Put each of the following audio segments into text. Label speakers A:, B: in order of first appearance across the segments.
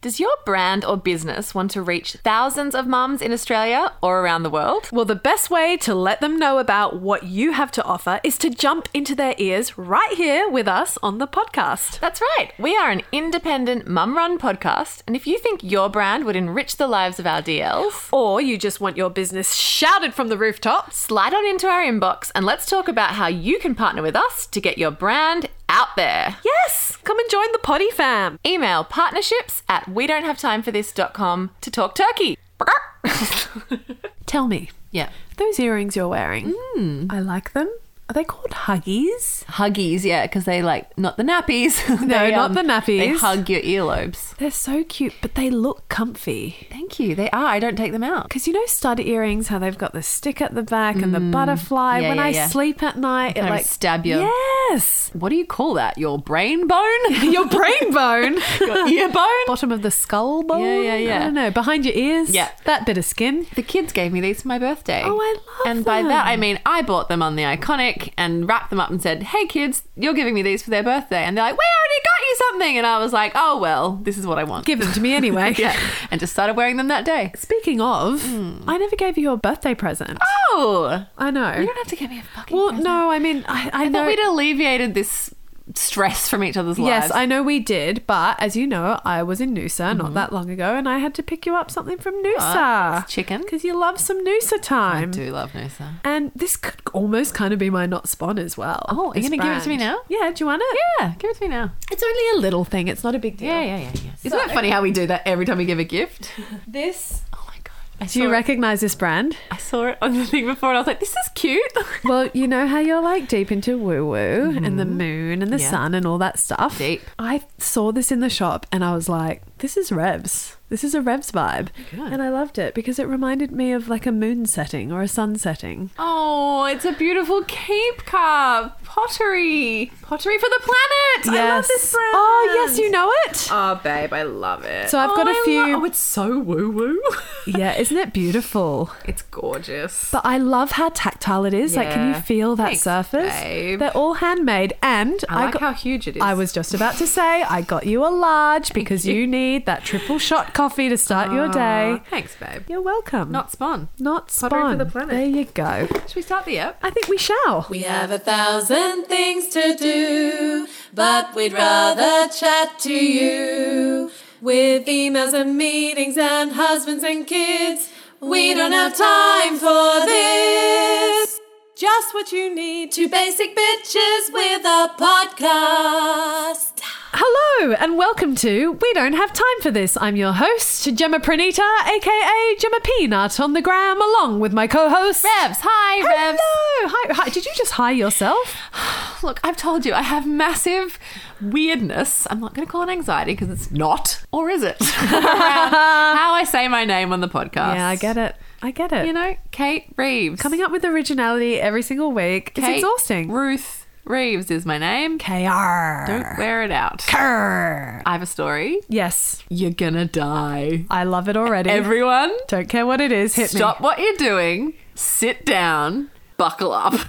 A: Does your brand or business want to reach thousands of mums in Australia or around the world?
B: Well, the best way to let them know about what you have to offer is to jump into their ears right here with us on the podcast.
A: That's right. We are an independent mum run podcast. And if you think your brand would enrich the lives of our DLs,
B: Or you just want your business shouted from the rooftops.
A: slide on into our inbox and let's talk about how you can partner with us to get your brand out there.
B: Yes, come and join the potty fam.
A: Email partnerships at we don't have time for this.com to talk turkey.
B: Tell me,
A: yeah.
B: those earrings you're wearing, I like them. Are they called huggies?
A: Huggies, yeah, because they like, not the nappies.
B: They, not the nappies.
A: They hug your earlobes.
B: They're so cute, but they look comfy.
A: Thank you. They are. I don't take them out.
B: Because you know stud earrings, how they've got the stick at the back and the butterfly.
A: Yeah,
B: when
A: yeah,
B: I
A: yeah.
B: sleep at night, it
A: Kind of
B: like
A: stab your-
B: Yes,
A: What do you call that? Your brain bone?
B: your brain bone,
A: Your ear bone?
B: bottom of the skull bone.
A: yeah, yeah.
B: I don't know, behind your ears.
A: Yeah.
B: that bit of skin.
A: The kids gave me these for my birthday.
B: Oh, I love
A: And by that,
B: them.
A: I mean I bought them on the Iconic and wrapped them up and said, "Hey, kids, you're giving me these for their birthday." And they're like, "We already got you something," and I was like, "Oh well, this is what I want."
B: Give them to me anyway.
A: yeah, Hmm. and just started wearing them that day.
B: Speaking of, I never gave you your birthday present.
A: Oh,
B: I know.
A: you don't have to give me a fucking.
B: well,
A: present.
B: no, I mean, I, I,
A: I
B: know.
A: thought we'd alleviated this stress from each other's
B: Yes,
A: lives.
B: I know we did, but as you know, I was in Noosa not that long ago, and I had to pick you up something from Noosa
A: Mm-hmm. Ah, it's chicken.
B: because you love some Noosa time.
A: do love Noosa.
B: And this could almost kind of be my not spawn as well.
A: Oh, are you
B: This
A: gonna give it to me now?
B: Yeah, do you want it?
A: Yeah, give it to me now.
B: It's only a little thing. It's not a big deal.
A: Yeah, yeah, yeah. yeah. Isn't that funny how we do that every time we give a gift?
B: This.
A: Oh my god. I
B: Do you recognize this brand?
A: I saw it on the thing before and I was like, this is cute.
B: Well, you know how you're like deep into woo woo and the moon and the
A: Mm-hmm. Yeah.
B: sun and all that stuff.
A: Deep.
B: I saw this in the shop and I was like, this is Revs. This is a Revs vibe. And I loved it because it reminded me of like a moon setting or a sun setting.
A: Oh, it's a beautiful Cape Cup. Pottery. Pottery for the planet. I love this brand.
B: Oh, yes, you know it.
A: Oh, babe, I love it.
B: So I've got
A: a
B: a few-
A: oh, it's so woo woo.
B: yeah, isn't it beautiful?
A: it's gorgeous.
B: But I love how tactile it is. Like, can you
A: Yeah.
B: feel that
A: Thanks,
B: surface?
A: babe.
B: They're all handmade. And
A: I
B: I,
A: like
B: got.
A: how huge it is.
B: I was just about to say, I got you a large because you. need that triple shot coffee to start your day.
A: Thanks, babe.
B: You're welcome.
A: Ah. Not spawn.
B: not
A: pottery for
B: spun.
A: the planet.
B: There you go.
A: Should we start the app?
B: I think we shall.
C: We have a thousand things to do, but we'd rather chat to you. With emails and meetings and husbands and kids, we don't have time for this. Just what you need, two basic bitches with a podcast.
B: Hello and welcome to We Don't Have Time for This. I'm your host, Gemma Pranita, aka Gemma Peanut on the gram, along with my co-host
A: Revs. Hi, Revs.
B: Hello. Hi, hi. Did you just hi yourself?
A: Look, I've told you, I have massive weirdness. I'm not going to call it anxiety because it's not, or is it? Around how I say my name on the podcast.
B: Yeah, I get it. I get it.
A: You know, Kate Reeves.
B: coming up with originality every single week. It's
A: Kate
B: exhausting.
A: Ruth Reeves is my name.
B: KR.
A: Don't wear it out. I have a story.
B: Yes,
A: You're gonna die.
B: I love it already.
A: Everyone,
B: Don't care what it is. Hit
A: stop what you're doing. Sit down. Buckle up.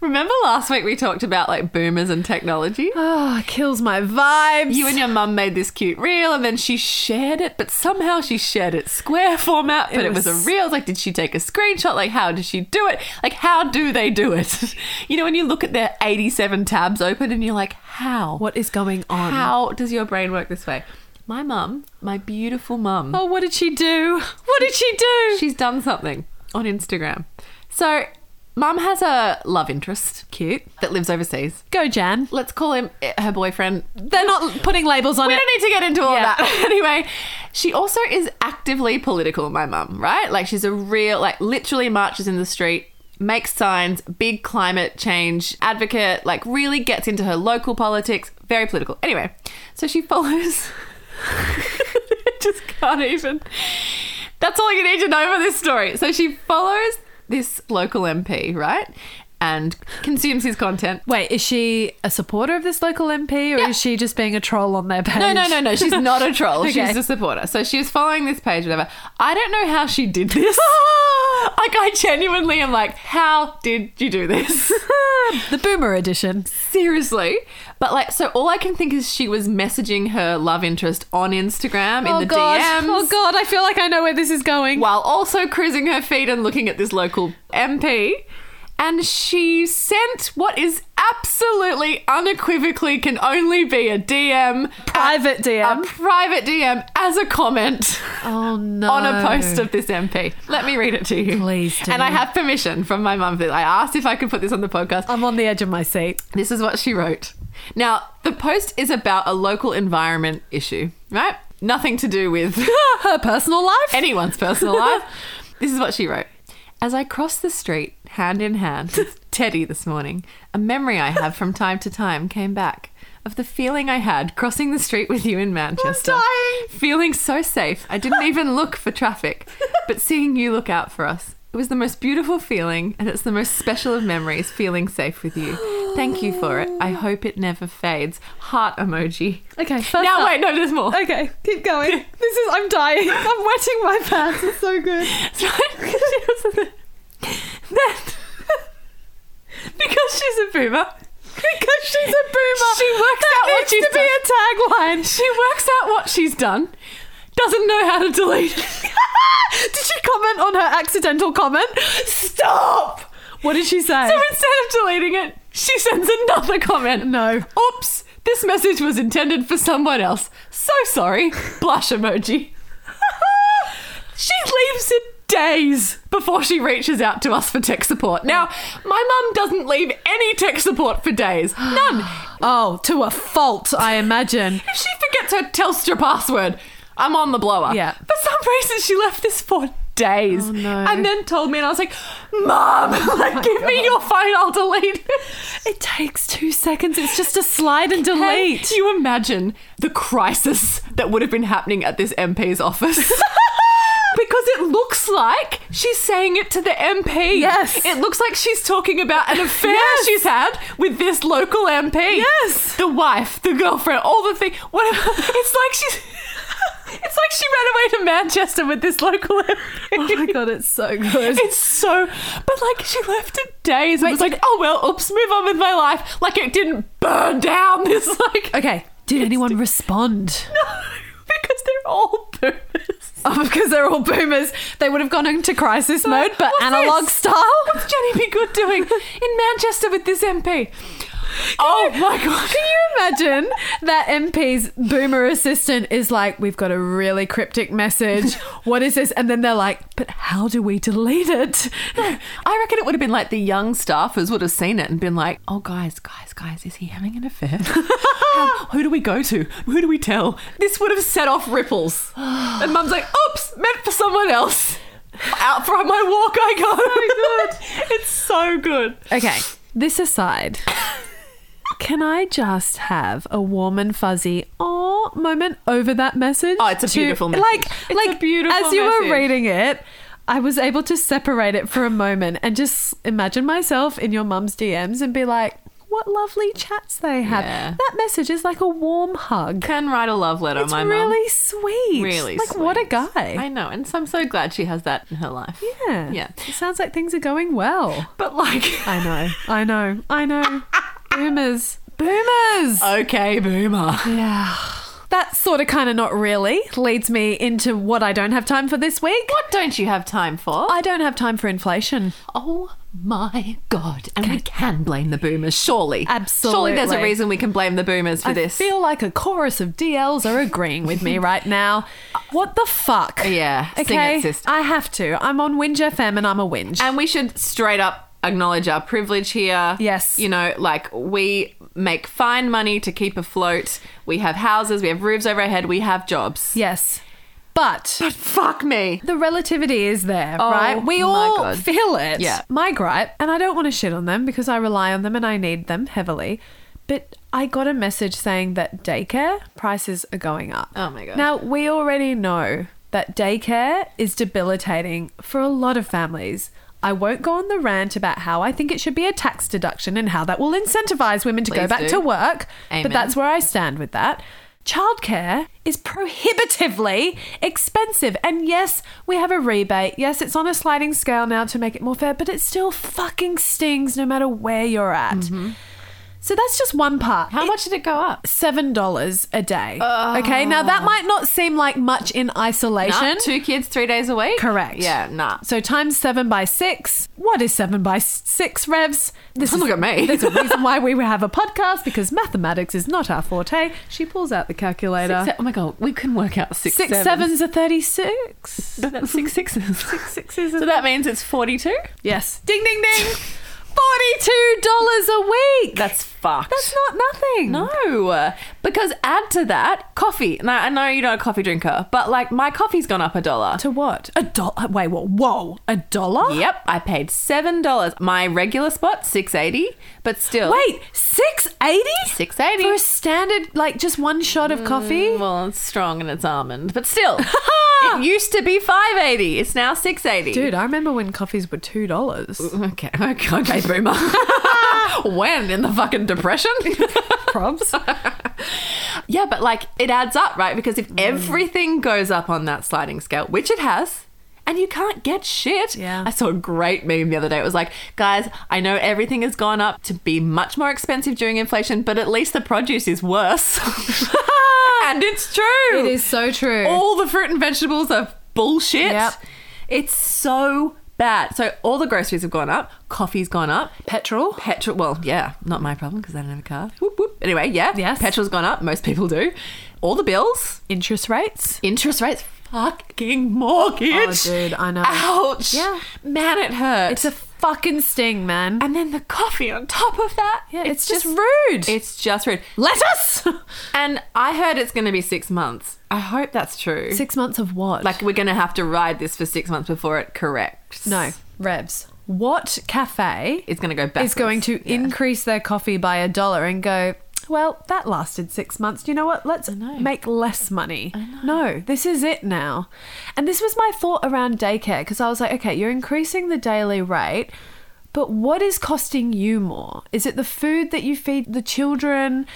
A: Remember last week we talked about like boomers and technology?
B: me. Oh, kills my vibes.
A: You and your mum made this cute reel, and then she shared it, but somehow she shared it square format, but it,
B: It
A: was,
B: was-
A: a reel. Like, did she take a screenshot? Like, how did she do it? Like, how do they do it? You know, when you look at their 87 tabs open and you're like, how?
B: what is going on?
A: How does your brain work this way? My mum, my beautiful mum,
B: Oh, what did she do? What did she do?
A: she's done something on Instagram. So, mum has a love interest
B: cute.
A: that lives overseas.
B: Go, Jan.
A: Let's call him eh, her boyfriend.
B: They're not putting labels on
A: we
B: it.
A: don't need to get into all
B: Yeah.
A: that. anyway, she also is actively political, my mum, right? Like she's a real, like literally marches in the street, makes signs, big climate change advocate, like really gets into her local politics, very political. Anyway, so she follows. I just can't even. That's all you need to know for this story. So she follows this local MP, right? And consumes his content.
B: Wait, is she a supporter of this local MP or
A: Yeah.
B: is she just being a troll on their page?
A: No, no, no, no. She's not a troll.
B: Okay.
A: She's a supporter. So she was following this page, whatever. I don't know how she did this. Like, I genuinely am like, how did you do this?
B: the boomer edition.
A: Seriously. But like, so all I can think is she was messaging her love interest on Instagram in the DMs.
B: Oh god, I feel like I know where this is going.
A: while also cruising her feet and looking at this local MP. And she sent what is absolutely unequivocally can only be a DM,
B: Private DM.
A: a private DM, as a comment
B: oh no.
A: on a post of this MP. Let me read it to you.
B: Please do.
A: And I have permission from my mum that I asked if I could put this on the podcast.
B: I'm on the edge of my seat.
A: This is what she wrote. Now, the post is about a local environment issue, right? Nothing to do with
B: Her personal life?
A: anyone's personal life. This is what she wrote. As I crossed the street, hand in hand, with Teddy this morning, a memory I have from time to time came back of the feeling I had crossing the street with you in Manchester.
B: dying.
A: Feeling so safe, I didn't even look for traffic, but seeing you look out for us. It was the most beautiful feeling, and it's the most special of memories feeling safe with you. Thank you for it. I hope it never fades. Heart emoji.
B: okay, first
A: Now,
B: up.
A: wait, no, there's more.
B: Okay, keep going. This is I'm dying. I'm wetting my pants. It's so good.
A: that, because she's a boomer.
B: Because she's a boomer.
A: She works
B: that
A: out what
B: needs
A: she's
B: to be a tagline.
A: She works out what she's done, doesn't know how to delete it.
B: Did she comment on her accidental comment? Stop! What did she say?
A: So instead of deleting it, she sends another comment.
B: No.
A: Oops, this message was intended for someone else. So sorry. Blush emoji. she leaves it days before she reaches out to us for tech support. Now, my mum doesn't leave any tech support for days. None.
B: Oh, to a fault, I imagine.
A: If she forgets her Telstra password, I'm on the blower.
B: Yeah.
A: For some reason, she left this for days.
B: Oh, no. Oh
A: And then told me, and I was like, Mom, like, give me your phone, I'll delete it.
B: It takes two seconds. It's just a slide and
A: Can
B: delete.
A: you imagine the crisis that would have been happening at this MP's office? Because it looks like she's saying it to the MP.
B: Yes.
A: It looks like she's talking about an affair
B: Yes.
A: she's had with this local MP.
B: Yes.
A: The wife, the girlfriend, all the things. Whatever. It's like she's. It's like she ran away to Manchester with this local MP.
B: Oh my god, it's so good.
A: It's so, but like she left it days. and was like, oh well, oops, move on with my life. Like it didn't burn down. This like
B: Okay, did anyone respond?
A: no, because they're all boomers.
B: Oh, because they're all boomers. They would have gone into crisis mode, but
A: What's
B: analog
A: this?
B: style.
A: What's Jenny B. Good doing in Manchester with this MP? oh my god!
B: Can you imagine that MP's boomer assistant is like, we've got a really cryptic message. What is this? And then they're like, but how do we delete it?
A: I reckon it would have been like the young staffers would have seen it and been like, "Oh, guys, guys, guys, is he having an affair? How- who do we go to? Who do we tell?" This would have set off ripples. and Mum's like, "Oops, meant for someone else." Out for my walk I go.
B: Oh
A: it's so good.
B: Okay, this aside, can I just have a warm and fuzzy oh moment over that message?
A: Oh, it's a
B: to-
A: beautiful message.
B: Like,
A: It's
B: like
A: a beautiful
B: as you
A: message.
B: were reading it. I was able to separate it for a moment and just imagine myself in your mum's DMs and be like, what lovely chats they have.
A: Yeah.
B: That message is like a warm hug.
A: Can write a love letter,
B: It's
A: my mum.
B: really sweet.
A: Really
B: like what a
A: sweet.
B: guy.
A: I know, and so I'm so glad she has that in her life.
B: yeah.
A: Yeah.
B: It sounds like things are going well.
A: But like
B: I know. I know. I know. Boomers. Boomers.
A: Uh, Okay, boomer.
B: Yeah. That sort of kind of not really leads me into what I don't have time for this week.
A: What don't you have time for?
B: I don't have time for inflation.
A: Oh my god. And we can blame the boomers, surely. Surely there's a
B: Absolutely.
A: reason we can blame the boomers for
B: I
A: this.
B: feel like a chorus of DLs are agreeing with me right now. What the fuck?
A: Yeah, sing it,
B: Okay.
A: sister.
B: I have to. I'm on Whinge FM and I'm a whinge.
A: and we should straight up acknowledge our privilege here.
B: Yes.
A: You know, like we make fine money to keep afloat. We have houses, we have roofs over our head, we have jobs.
B: yes. But
A: But fuck me.
B: the relativity is there, right? We
A: Oh my
B: all
A: God.
B: feel it.
A: Yeah.
B: My gripe, and I don't want to shit on them because I rely on them and I need them heavily, but I got a message saying that daycare prices are going up.
A: Oh my God.
B: Now, we already know that daycare is debilitating for a lot of families. I won't go on the rant about how I think it should be a tax deduction and how that will incentivize women to go
A: Please
B: back
A: do.
B: to work,
A: Amen.
B: but that's where I stand with that. childcare is prohibitively expensive. And yes, we have a rebate. Yes, it's on a sliding scale now to make it more fair, but it still fucking stings no matter where you're at. So that's just one part.
A: Mm-hmm. How much did it go up?
B: Seven dollars a day. Okay, now that might not seem like much in isolation.
A: Nah, two kids, three days a week?
B: Correct.
A: Yeah, nah.
B: So times seven by six. What is seven by s- six, Revs? This
A: Look
B: is,
A: at me.
B: There's a reason why we have a podcast because mathematics is not our forte. She pulls out the calculator.
A: Six, se- oh my god, we can work out six,
B: Six
A: sevens.
B: sevens are thirty-six.
A: That's six sixes. Six
B: sixes are
A: So that means it's 42?
B: Yes. Ding ding ding. Forty-two dollars a week.
A: That's fucked.
B: That's not nothing.
A: no, because add to that coffee. Now I know you're not a coffee drinker, but like my coffee's gone up a dollar.
B: To what? A dollar. Wait, what? Whoa, a dollar?
A: Yep, I paid seven dollars. My regular spot six eighty, but still
B: Wait, six eighty?
A: six eighty. Mm.
B: for a standard like just one shot of coffee?
A: Well, it's strong and it's almond, but still, it used to be five eighty. It's now six eighty.
B: Dude, I remember when coffees were two dollars.
A: Okay, okay, okay, boomer. when in the fucking depression?
B: Probs.
A: yeah, but like it adds up, right? Because
B: Mm.
A: if everything goes up on that sliding scale, which it has, and you can't get shit.
B: Yeah.
A: I saw a great meme the other day. It was like, guys, I know everything has gone up to be much more expensive during inflation, but at least the produce is worse. and it's true.
B: it is so true.
A: All the fruit and vegetables are bullshit.
B: Yep.
A: It's so bad. So all the groceries have gone up, coffee's gone up,
B: petrol.
A: petrol. Well, yeah, not my problem because I don't have a car. Whoop, whoop. Anyway, yeah,
B: Yes.
A: petrol's gone up. Most people do. All the bills,
B: Interest rates.
A: interest rates, fucking mortgage.
B: Oh, dude, I know.
A: Ouch.
B: Yeah.
A: man, it hurts.
B: It's a fucking sting, man.
A: and then the coffee on top of that.
B: Yeah, it's, just, rude.
A: It's just rude.
B: Let us.
A: And I heard it's going to be six months. I hope that's true.
B: Six months of what?
A: Like we're going to have to ride this for six months before it corrects.
B: no, Rebs. What cafe
A: it's going to go back.
B: is going to increase their coffee by a dollar and go? Well, that lasted six months. You know what? Let's make less money. No, this is it now. And this was my thought around daycare because I was like, okay, you're increasing the daily rate, but what is costing you more? Is it the food that you feed the children?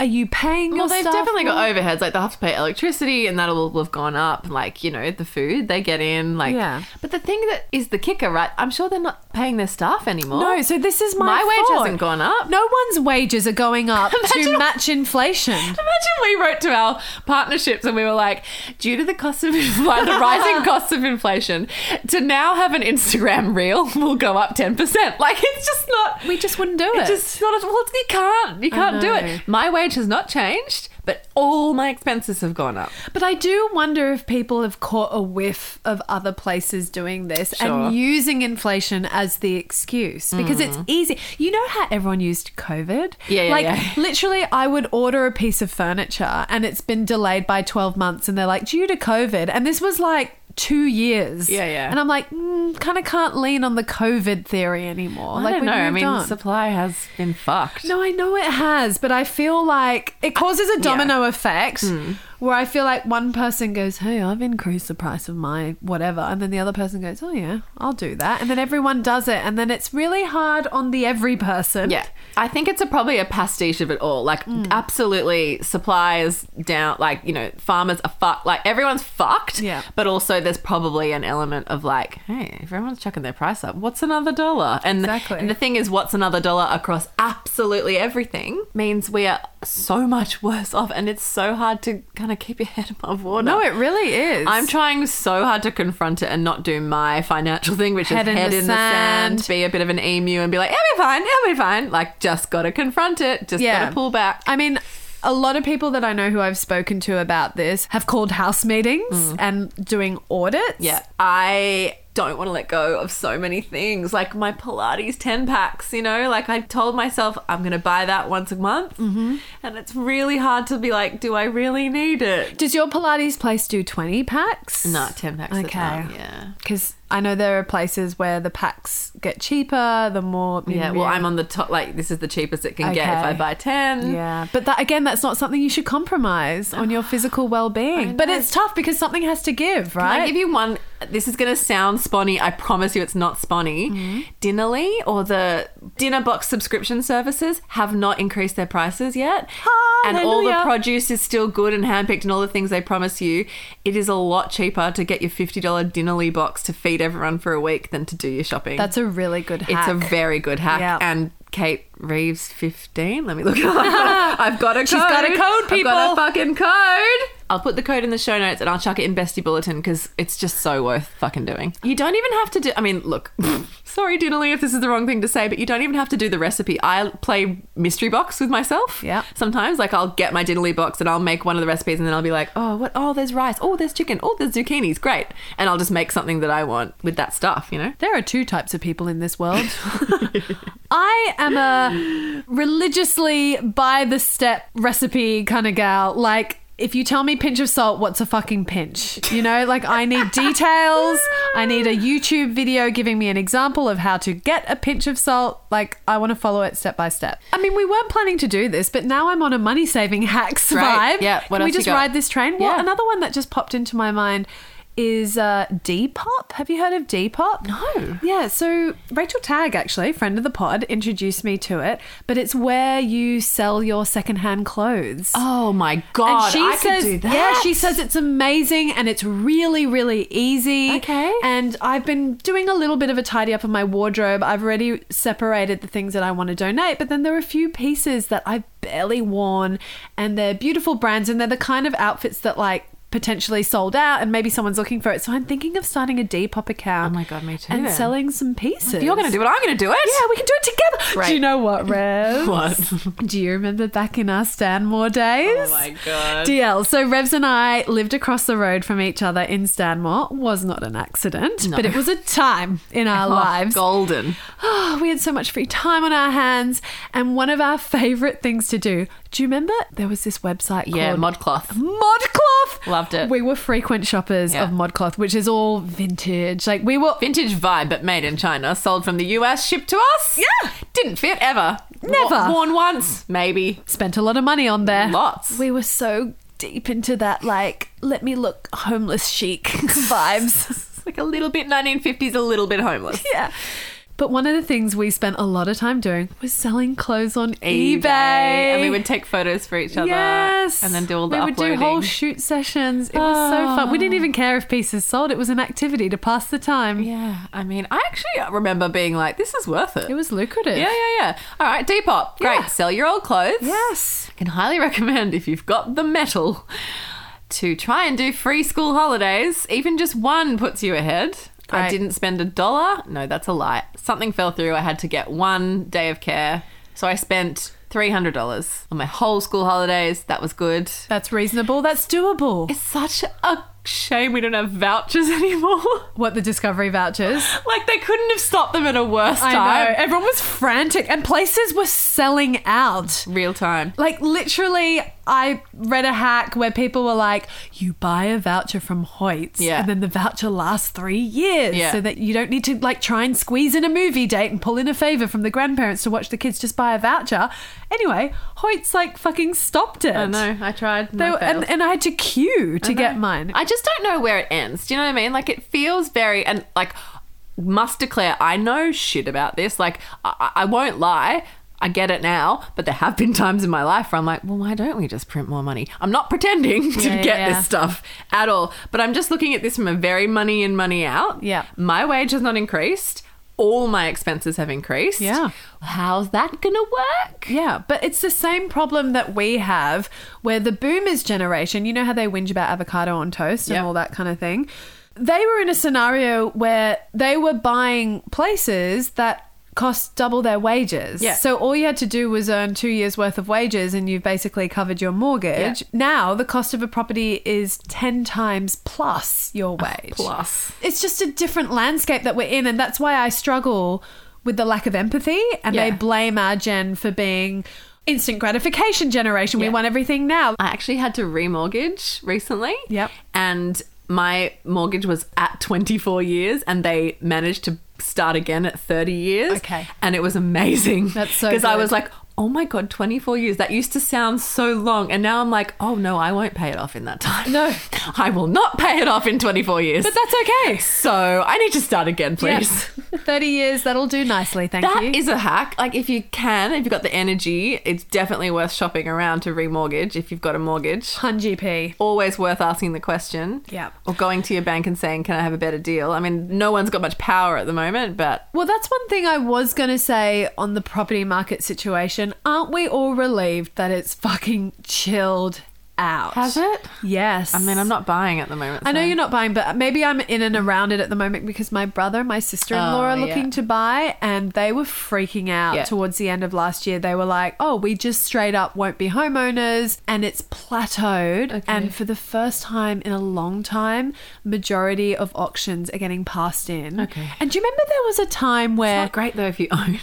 B: Are you paying your
A: Well, they've
B: staff
A: definitely
B: more?
A: got overheads. Like they have to pay electricity, and that'll all have gone up. Like you know, the food they get in. Like,
B: Yeah.
A: But the thing that is the kicker, right? I'm sure they're not paying their staff anymore.
B: No, so this is my
A: My wage
B: thought.
A: hasn't gone up.
B: No one's wages are going up to
A: Imagine-
B: match inflation.
A: Imagine we wrote to our partnerships and we were like, due to the cost of infl- the rising costs of inflation, to now have an Instagram reel will go up ten percent. Like it's just not.
B: We just wouldn't do it.
A: It's just not. A, well, you can't. You can't do
B: know.
A: it. My wage has not changed, but all my expenses have gone up.
B: But I do wonder if people have caught a whiff of other places doing this
A: Sure. Mm.
B: and using inflation as the excuse because it's easy. You know how everyone used COVID?
A: Yeah, yeah,
B: Like
A: yeah.
B: literally, I would order a piece of furniture and it's been delayed by 12 months and they're like, due to COVID. And this was like, Two years,
A: Yeah, yeah.
B: and I'm like, mm, kind of can't lean on the COVID theory anymore. like,
A: I don't
B: we've
A: know. I
B: moved
A: mean,
B: on.
A: supply has been fucked.
B: No, I know it has, but I feel like it causes a domino effect
A: Hmm.
B: where I feel like one person goes, Hey, I've increased the price of my whatever. And then the other person goes, Oh, yeah, I'll do that. And then everyone does it. And then it's really hard on the every person. Mm.
A: Yeah. I think it's a, probably a pastiche of it all. Like, absolutely, supply is down. Like, you know, farmers are fucked. Like, everyone's fucked.
B: Yeah.
A: But also, there's probably an element of like, hey, if everyone's chucking their price up, what's another dollar? And,
B: Exactly.
A: and the thing is, what's another dollar across absolutely everything means we are so much worse off. And it's so hard to kind of keep your head above water.
B: No, it really is.
A: I'm trying so hard to confront it and not do my financial thing, which
B: Head
A: is
B: in
A: head
B: the
A: in the sand.
B: sand.
A: be a bit of an emu and be like, it'll be fine, it'll be fine. Like, just got to confront it, just got to pull back.
B: I mean, a lot of people that I know who I've spoken to about this have called house meetings and doing audits.
A: Hmm. yeah, I don't want to let go of so many things, like my Pilates 10 packs, you know? Like, I told myself I'm going to buy that once a month,
B: Mm-hmm.
A: and it's really hard to be like, do I really need it?
B: Does your Pilates place do 20 packs?
A: Not 10 packs at a time, yeah.
B: Because I know there are places where the packs get cheaper, the more.
A: Yeah, well, I'm on the top, like, this is the cheapest it can get if
B: Okay.
A: I buy 10.
B: Yeah, but that again, that's not something you should compromise on your physical well being. But it's tough because something has to give,
A: Can
B: right?
A: I give you one? This is going to sound sponny. I promise you it's not sponny.
B: Mm-hmm.
A: Dinnerly or the dinner box subscription services have not increased their prices yet. and all the
B: Hallelujah.
A: produce is still good and handpicked and all the things they promise you, it is a lot cheaper to get your $50 Dinnerly box to feed everyone for a week than to do your shopping.
B: That's a really good
A: It's
B: hack.
A: a very good hack.
B: Yeah.
A: And Kate Reeves 15. Let me look it up. I've got a code. She's
B: got a code,
A: I've got a
B: people.
A: fucking code. I'll put the code in the show notes and I'll chuck it in Bestie Bulletin because it's just so worth fucking doing. You don't even have to do, I mean, look, sorry, Diddly, if this is the wrong thing to say, but you don't even have to do the recipe. I play mystery box with myself.
B: Yeah.
A: Sometimes, like, I'll get my Diddly box and I'll make one of the recipes and then I'll be like, oh, what? Oh, there's rice. Oh, there's chicken. Oh, there's zucchinis. Great. And I'll just make something that I want with that stuff, you know?
B: There are two types of people in this world. I am a religiously by the step recipe kind of gal. Like, if you tell me pinch of salt, what's a fucking pinch? You know, like I need details. I need a YouTube video giving me an example of how to get a pinch of salt. Like, I want to follow it step by step. I mean, we weren't planning to do this, but now I'm on a money saving hacks
A: Right.
B: vibe.
A: Yeah. What
B: Can we
A: else you
B: just
A: got?
B: ride this train? Well,
A: Yeah.
B: another one that just popped into my mind is uh, Depop. Have you heard of Depop?
A: No.
B: Yeah, so Rachel Tagg, actually, friend of the pod, introduced me to it, but it's where you sell your secondhand clothes.
A: Oh my god!
B: And she
A: I
B: says,
A: could do that.
B: yeah, she says it's amazing and it's really, really easy.
A: Okay.
B: And I've been doing a little bit of a tidy up of my wardrobe. I've already separated the things that I want to donate, but then there are a few pieces that I've barely worn and they're beautiful brands and they're the kind of outfits that like potentially sold out and maybe someone's looking for it. So I'm thinking of starting a Depop
A: Oh
B: account.
A: my God, me too
B: And
A: then.
B: selling some pieces.
A: You're gonna do it. I'm gonna do it.
B: Yeah, we can do it together.
A: Great.
B: Do you know what, Rev?
A: What?
B: Do you remember back in our Stanmore days?
A: Oh my God.
B: DL. So Revs and I lived across the road from each other in Stanmore. Was not an accident,
A: No.
B: but it was a time in our
A: Oh,
B: lives.
A: golden.
B: Oh, we had so much free time on our hands, and one of our favorite things to do. Do you remember there was this website
A: Yeah,
B: called
A: modcloth.
B: Modcloth?
A: Loved it.
B: We were frequent shoppers
A: Yeah.
B: of Modcloth, which is all vintage. Like we were
A: Vintage vibe, but made in China, sold from the US, shipped to us.
B: Yeah.
A: didn't fit ever.
B: Never.
A: Wa- worn once, maybe.
B: spent a lot of money on there.
A: Lots.
B: We were so deep into that, like, let me look homeless chic vibes.
A: It's like a little bit 1950s, a little bit homeless.
B: yeah. But one of the things we spent a lot of time doing was selling clothes on eBay.
A: and we would take photos for each other.
B: Yes.
A: and then do all the
B: We would
A: uploading. Ah.
B: do whole shoot sessions. It was so fun. We didn't even care if pieces sold. It was an activity to pass the time.
A: yeah, I mean, I actually remember being like, "This is worth it."
B: It was lucrative.
A: yeah, yeah, yeah. All right, Depop, great.
B: Yeah.
A: Sell your old clothes.
B: Yes.
A: can highly recommend if you've got the metal to try and do free school holidays. Even just one puts you ahead. I
B: Right.
A: didn't spend a dollar. No, that's a lie. Something fell through. I had to get one day of care. So I spent $300 on my whole school holidays. That was good.
B: That's reasonable. That's doable.
A: It's such a shame we don't have vouchers anymore.
B: What the discovery vouchers.
A: like, they couldn't have stopped them at a worse
B: I
A: time.
B: know. Everyone was frantic and places were selling out.
A: Real time.
B: Like literally, I read a hack where people were like, "You buy a voucher from Hoyts,
A: Yeah.
B: and then the voucher lasts three years,
A: Yeah.
B: so that you don't need to like try and squeeze in a movie date and pull in a favor from the grandparents to watch the kids. Just buy a voucher." Anyway, Hoyts like fucking stopped it.
A: I know. I tried. and
B: They
A: I
B: were-
A: failed.
B: and, and I had to queue to get mine.
A: Uh-huh. I just don't know where it ends. Do you know what I mean? Like it feels very and like must declare I know shit about this. Like I, I I won't lie. I get it now, but there have been times in my life where I'm like, well, why don't we just print more money? I'm not pretending to
B: Yeah, yeah,
A: get
B: yeah.
A: this stuff at all, but I'm just looking at this from a very money in, money out.
B: Yeah.
A: My wage has not increased. All my expenses have increased.
B: Yeah.
A: How's that going to work?
B: Yeah, but it's the same problem that we have where the boomers generation, you know how they whinge about avocado on toast and
A: Yep.
B: all that kind of thing. They were in a scenario where they were buying places that cost double their wages.
A: Yeah.
B: So all you had to do was earn 2 years worth of wages and you've basically covered your mortgage.
A: Yeah.
B: Now the cost of a property is 10 times plus your wage
A: Plus.
B: it's just a different landscape that we're in and that's why i struggle with the lack of empathy and
A: Yeah.
B: they blame our gen for being instant gratification generation we
A: Yeah.
B: want everything now
A: I actually had to remortgage recently.
B: Yep.
A: And my mortgage was at 24 years and they managed to start again at 30 years.
B: Okay.
A: And it was amazing.
B: That's so
A: Because I
B: good.
A: was like, oh my God, 24 years. That used to sound so long. And now I'm like, oh no, I won't pay it off in that time.
B: No.
A: I will not pay it off in 24 years.
B: but that's okay
A: so I need to start again, please.
B: Yeah. 30 years, that'll do nicely, thank
A: That
B: you.
A: is a hack. Like if you can, if you've got the energy, it's definitely worth shopping around to remortgage if you've got a mortgage.
B: 100p.
A: Always worth asking the question.
B: Yep.
A: Or going to your bank and saying, "Can I have a better deal?" I mean, no one's got much power at the moment, but
B: Well, that's one thing I was going to say on the property market situation. Aren't we all relieved that it's fucking chilled out?
A: has it?
B: Yes.
A: I mean, I'm not buying at the moment.
B: I know
A: so-
B: you're not buying, but maybe I'm in and around it at the moment because my brother and my sister in law
A: Oh,
B: are
A: yeah.
B: looking to buy and they were freaking out
A: Yeah.
B: towards the end of last year. They were like, oh, we just straight up won't be homeowners and it's plateaued. And for the first time in a long time, majority of auctions are getting passed in.
A: Okay.
B: And do you remember there was a time where
A: Not great though if you own.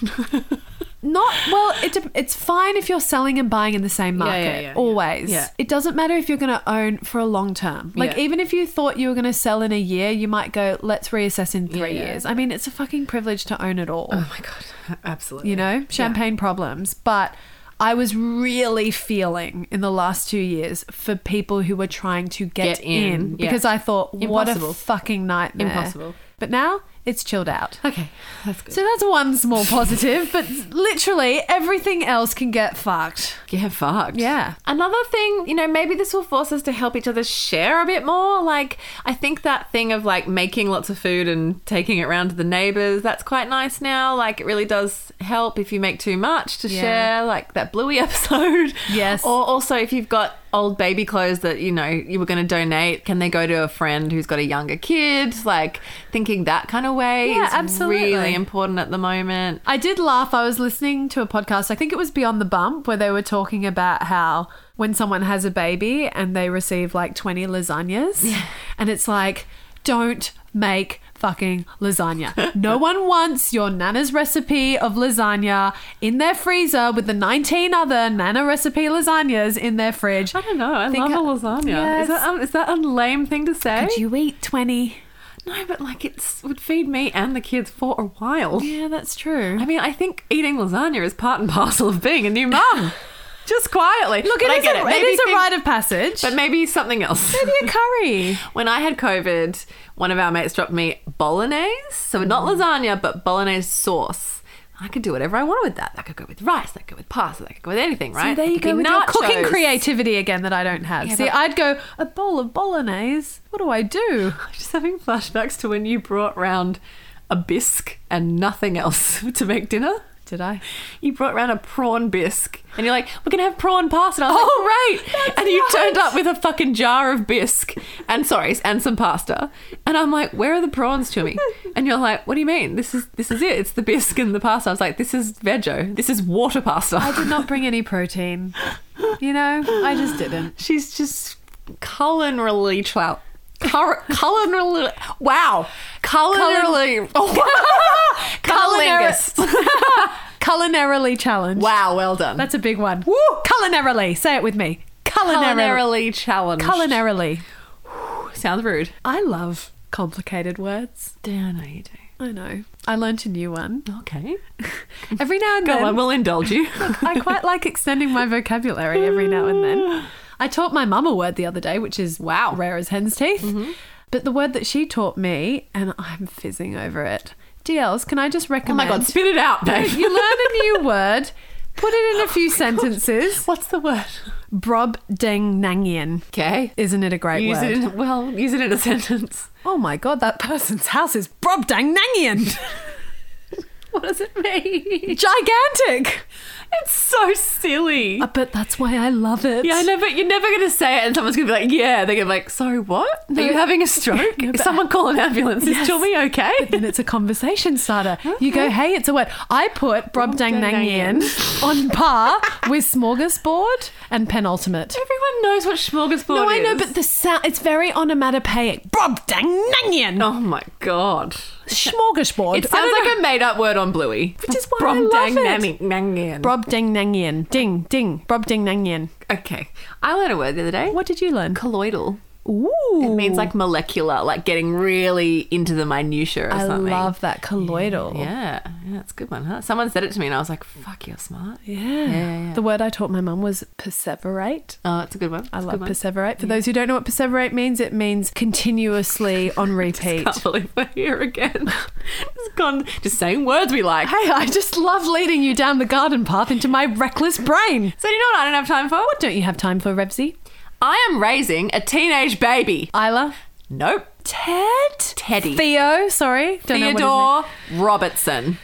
B: not well. It, dep- it's fine if you're selling and buying in the same
A: Yeah,
B: market.
A: yeah, yeah,
B: always.
A: yeah. Yeah.
B: It doesn't matter if you're going to own for a long term. Like
A: Yeah.
B: even if you thought you were going to sell in a year, you might go. Let's reassess in three
A: Yeah, yeah.
B: years. I mean, it's a fucking privilege to own it all.
A: oh my god, absolutely.
B: you know, champagne problems, but. I was really feeling in the last two years for people who were trying to get,
A: Get in, yeah.
B: because I thought, what a
A: Impossible.
B: fucking nightmare.
A: Impossible.
B: But now it's chilled out.
A: Okay, that's good.
B: So that's one small positive, but literally everything else can get fucked.
A: Yeah, fucked.
B: Yeah.
A: Another thing, you know, maybe this will force us to help each other share a bit more. Like, I think that thing of like making lots of food and taking it round to the neighbors, that's quite nice now. Like, it really does help if you make too much to
B: Yeah.
A: share, like that Bluey episode.
B: Yes.
A: Or also, if you've got old baby clothes that, you know, you were going to donate, can they go to a friend who's got a younger kid? Like, thinking that kind of way
B: Yeah,
A: is
B: absolutely.
A: really important at the moment.
B: I did laugh. I was listening to a podcast, I think it was Beyond the Bump, where they were talking about how when someone has a baby and they receive like 20 lasagnas, and it's like, don't make fucking lasagna. No one wants your nana's recipe of lasagna in their freezer with the 19 other nana recipe lasagnas in their fridge.
A: I don't know. I
B: Think
A: love a
B: I-
A: lasagna.
B: Yes.
A: Is that um, is that a lame thing to say?
B: Could you eat 20?
A: no, but like it's would feed me and the kids for a while.
B: Yeah, that's true.
A: I mean, I think eating lasagna is part and parcel of being a new mum. Just quietly.
B: Look,
A: But
B: it
A: I
B: is,
A: get
B: a, it
A: Maybe
B: is a
A: things-
B: rite of passage.
A: But maybe something else.
B: maybe a curry.
A: When I had COVID, one of our mates dropped me bolognese. So not lasagna, but bolognese sauce. I could do whatever I wanted with that. That could go with rice. That could go with pasta. That could go with anything, right?
B: there
A: That
B: you
A: could be
B: go with your cooking
A: nachos.
B: creativity again that I don't have. See,
A: but-
B: I'd go a bowl of bolognese. What do I do?
A: I'm just having flashbacks to when you brought round a bisque and nothing else to make dinner.
B: Did I?
A: You brought round a prawn bisque, and you're like, "We're gonna have prawn pasta." And I was like,
B: Oh, right.
A: and you
B: That's
A: turned
B: right.
A: up with a fucking jar of bisque and sorry, and some pasta. And I'm like, "Where are the prawns to me?" And you're like, "What do you mean? This is this is it. It's the bisque and the pasta." I was like, "This is veggie. This is water pasta."
B: I did not bring any protein. You know, I just didn't.
A: She's just culinarily trout. Cur- culinarily, wow, culinarily, culinarist.
B: Culinarily challenged.
A: Wow, well done.
B: That's a big one. Woo! Culinarily. Say it with me. Culinarily.
A: culinarily challenged.
B: Culinarily.
A: sounds rude.
B: I love complicated words.
A: Yeah, I know you do.
B: I know. I learnt a new one.
A: Okay,
B: Every now and
A: go
B: then.
A: on. We'll indulge you.
B: I quite like extending my vocabulary every now and then. I taught my mum a word the other day, which is wow, rare as hen's teeth.
A: Mm-hmm.
B: But the word that she taught me, and I'm fizzing over it. DLs, can I just
A: oh
B: recommend?
A: my god, spit it out, babe.
B: you learn a new word, put it in
A: Oh
B: a few sentences.
A: What's the word?
B: Brob deng nangian.
A: Okay,
B: Isn't it a great
A: use
B: word?
A: it in well. Use it in a sentence.
B: Oh my god, that person's house is brob dang nangian.
A: What does it mean?
B: Gigantic.
A: It's so silly.
B: Uh, But that's why I love it.
A: Yeah, I know, but you're never going to say it, and someone's going to be like, "Yeah." They're going to be like, "Sorry, what? Are you having a stroke?
B: No,
A: Is
B: but-
A: Someone call an ambulance.
B: Yes.
A: Is Jimmy okay?"
B: and it's a conversation starter. You go, hey, it's a word. I put Brob Oh, Dang Nang Yin on par with smorgasbord and penultimate.
A: Everyone knows what smorgasbord
B: No, I
A: is.
B: know, but the sound, it's very onomatopoeic. Brob Dang Nang Yin.
A: oh my god,
B: Smorgasbord.
A: it sounds like a made-up word on Bluey,
B: Which is why I love it.
A: nangian.
B: Brob Dang Nang Yin. Ding, ding. Brob Dang Nang Yin.
A: Okay, I learned a word the other day.
B: What did you learn?
A: Colloidal.
B: Ooh.
A: It means like molecular, like getting really into the minutiae or
B: I
A: something.
B: love that colloidal.
A: Yeah, yeah, that's a good one, huh? Someone said it to me, and I was like, "Fuck, you're smart."
B: Yeah.
A: yeah, yeah.
B: The word I taught my mum was perseverate.
A: Oh, that's a good one.
B: I
A: That's a
B: love
A: good one.
B: perseverate. For those who don't know what perseverate means, it means continuously on repeat.
A: Can't believe we're here again. Just gone just saying words we like.
B: Hey, I just love leading you down the garden path into my reckless brain.
A: So, do you know what I don't have time for?
B: What don't you have time for, Revsy?
A: I am raising a teenage baby.
B: Isla?
A: Nope.
B: Ted?
A: Teddy.
B: Theo, sorry. Don't know what his name-
A: Theodore Robertson.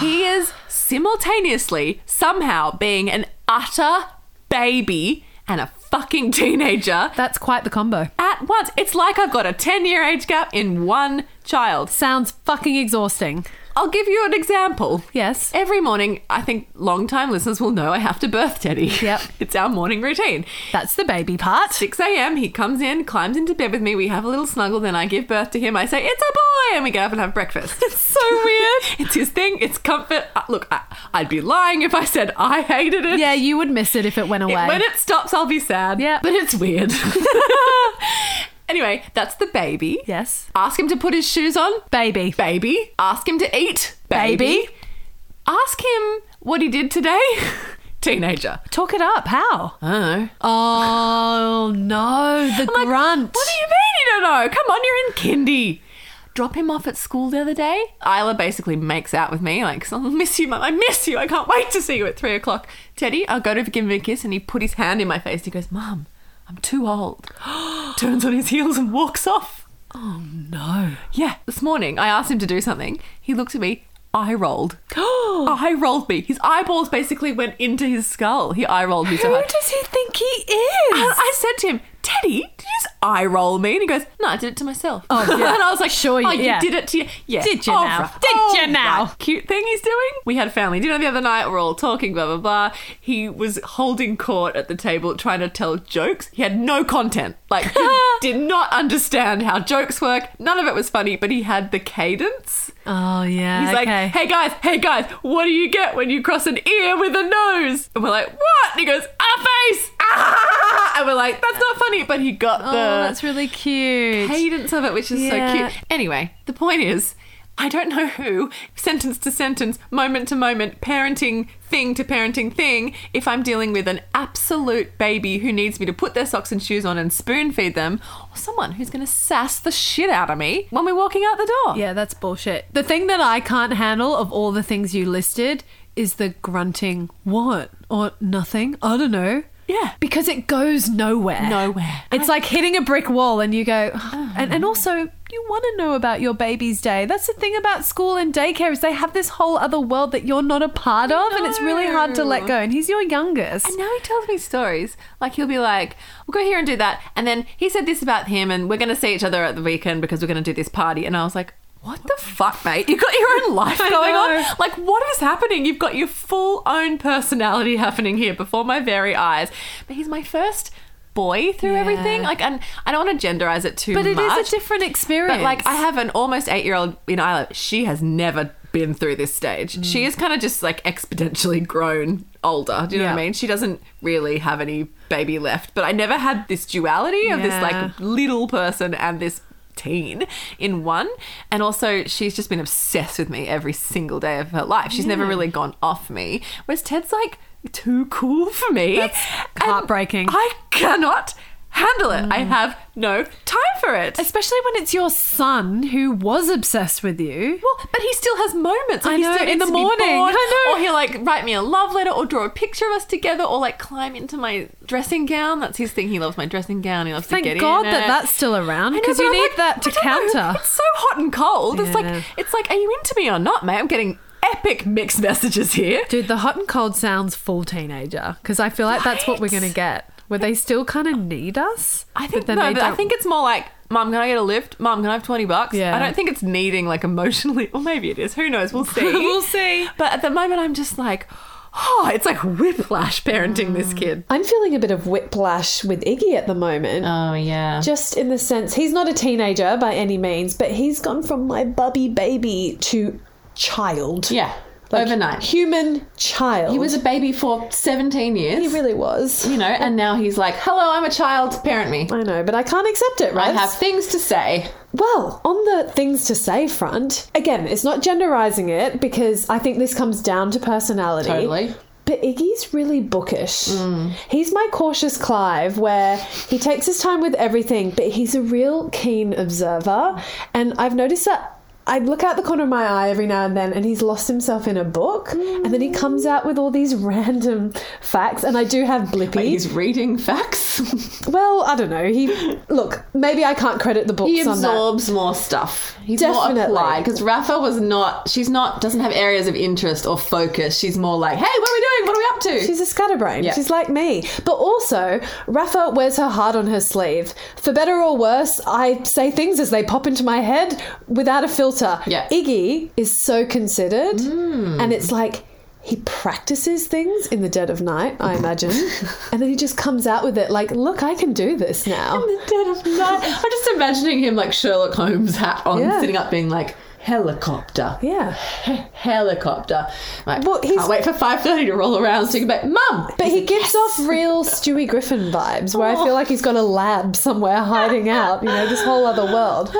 A: he is simultaneously somehow being an utter baby and a fucking teenager
B: That's quite the combo.
A: at once. It's like I've got a 10 year age gap in one child.
B: Sounds fucking exhausting.
A: I'll give you an example.
B: Yes.
A: Every morning, I think long time listeners will know I have to birth Teddy.
B: Yep.
A: it's our morning routine.
B: That's the baby part.
A: 6 a.m., he comes in, climbs into bed with me, we have a little snuggle, then I give birth to him. I say, It's a boy! And we go up and have breakfast. It's so weird. it's his thing, it's comfort. Uh, look, I, I'd be lying if I said I hated it.
B: Yeah, you would miss it if it went away.
A: It- when it stops, I'll be sad.
B: Yeah.
A: But it's weird. anyway, that's the baby.
B: yes.
A: Ask him to put his shoes on.
B: Baby.
A: Baby. Ask him to eat.
B: Baby.
A: Ask him what he did today. Teenager.
B: Talk it up. How?
A: I don't know.
B: Oh, no. The
A: I'm like,
B: grunt.
A: What do you mean you don't know? Come on, you're in kindy. Drop him off at school the other day. Isla basically makes out with me, like, I'll miss you, Mum. I miss you. I can't wait to see you at three o'clock. Teddy, I'll go to give him a kiss, and he put his hand in my face. He goes, Mum, I'm too old. Turns on his heels and walks off.
B: no.
A: Yeah, this morning I asked him to do something. He looked at me, eye rolled. eye rolled me. His eyeballs basically went into his skull. He eye rolled me so
B: Who
A: hard.
B: does he think he
A: And
B: is?
A: I said to him, Teddy, did you just eye roll me? And he goes, No, I did it to myself.
B: Oh, yeah.
A: and I was like,
B: Sure you-
A: oh, you
B: yeah.
A: did it to you. Yeah.
B: Did you
A: All
B: now?
A: right.
B: Did
A: All
B: you now?
A: right. Cute thing he's doing. We had family dinner the other night. We're all talking, blah, blah, blah. He was holding court at the table trying to tell jokes. He had no content. Like, he did not understand how jokes work. None of it was funny, but he had the cadence.
B: Oh, yeah.
A: He's
B: okay.
A: like, hey guys, hey guys, what do you get when you cross an ear with a nose? And we're like, what? And he goes, a face! Ah! And we're like, that's not funny, but he got
B: oh,
A: the
B: that's really cute.
A: cadence of it, which is so
B: Yeah.
A: cute. Anyway, the point is, I don't know who, sentence to sentence, moment to moment, parenting thing to parenting thing, if I'm dealing with an absolute baby who needs me to put their socks and shoes on and spoon feed them, or someone who's going to sass the shit out of me when we're walking out the door.
B: Yeah, that's bullshit. The thing that I can't handle of all the things you listed is the grunting what or nothing. I don't know.
A: Yeah.
B: Because it goes nowhere. Uh-huh.
A: Nowhere.
B: It's like hitting a brick wall and you go, "Oh." and, and also you want to know about your baby's day. That's the thing about school and daycare is they have this whole other world that you're not a part of and it's really hard to let
A: No.
B: go. And he's your youngest.
A: And now he tells me stories. Like he'll be like, "We'll go here and do that," and then he said this about him, and we're going to see each other at the weekend because we're going to do this party. And I was like, "What the fuck, mate? You've got your own life
B: I
A: going on.
B: know.
A: Like, what is happening? You've got your full own personality happening here before my very eyes." But he's my first boy through
B: Yeah.
A: everything. Like, and I don't want to genderize it too
B: but
A: much.
B: it is a different experience.
A: But like, I have an almost eight year old in Isla. She has never been through this stage.
B: Mm.
A: She is kind of just like exponentially grown older. Do you know what I
B: Yeah.
A: mean? She doesn't really have any baby left. But I never had this duality of this
B: Yeah.
A: like little person and this teen in one and also she's just been obsessed with me every single day of her life she's never really gone off me whereas ted's like too cool for me
B: That's
A: And
B: heartbreaking. Mm.
A: i cannot handle it i have no time for it
B: Especially when it's your son who was obsessed with you.
A: well, but he still has moments. Like
B: I
A: he
B: know,
A: still
B: in
A: needs
B: the
A: to be
B: morning.
A: born,
B: I know.
A: Or he'll like write me a love letter, or draw a picture of us together, or like climb into my dressing gown. That's his thing. He loves my dressing gown. He loves
B: Thank
A: to get
B: God
A: in
B: that
A: it.
B: that's still around
A: I know,
B: because
A: but
B: you
A: I'm
B: need
A: like,
B: that to
A: I don't know.
B: counter.
A: It's so hot and cold. It's
B: Yeah.
A: like it's like, are you into me or not, mate? I'm getting epic mixed messages here.
B: Dude, the hot and cold sounds full teenager because I feel like that's what we're going to
A: Right?
B: get. Where they still kind of need us.
A: I think
B: then
A: no,
B: they
A: but I
B: don't-
A: think it's more like, Mom, can I get a lift? Mom, can I have twenty bucks?
B: Yeah.
A: I don't think it's needing like emotionally, or maybe it is. Who knows? We'll see.
B: We'll see.
A: But at the moment, I'm just like, oh, it's like whiplash parenting
B: Mm.
A: this kid.
B: I'm feeling a bit of whiplash with Iggy at the moment.
A: Oh yeah.
B: Just in the sense, he's not a teenager by any means, but he's gone from my bubby baby to child.
A: Yeah. Overnight.
B: Human child.
A: He was a baby for 17 years,
B: really was.
A: you know, and now he's like, hello, I'm a child, parent me.
B: I know, but I can't accept it, right?
A: I have things to say.
B: Well, on the things to say front, again, it's not genderizing it because I think this comes down to personality.
A: Totally. Mm.
B: But Iggy's really bookish. He's my cautious Clive, where he takes his time with everything, but he's a real keen observer. And I've noticed that I look out the corner of my eye every now and then, and he's lost himself in a book, and then he comes out with all these random facts. And I do have Blippy.
A: He's reading facts.
B: well, I don't know. He look. Maybe I can't credit the books
A: he
B: on that.
A: absorbs more stuff. He's more
B: Definitely.
A: applied because Rafa was not. She's not. Doesn't have areas of interest or focus. She's more like, hey, what are we doing? What are we up to?
B: She's a scatterbrain.
A: Yeah.
B: She's like me. But also, Rafa wears her heart on her sleeve. For better or worse, I say things as they pop into my head without a filter.
A: Yeah. Hmm.
B: Iggy is so considered, and it's like he practices things in the dead of night, I imagine, and then he just comes out with it like, "Look, I can do this now."
A: the dead of night. I'm just imagining him like Sherlock Holmes hat on,
B: Yeah.
A: sitting up, being like helicopter.
B: Yeah.
A: helicopter. Like,
B: Well, he's-
A: can't wait for five thirty to roll around. So you can be, like, mum.
B: But he gives off real Stewie Griffin vibes, where
A: Oh.
B: I feel like he's got a lab somewhere hiding out, you know, this whole other world.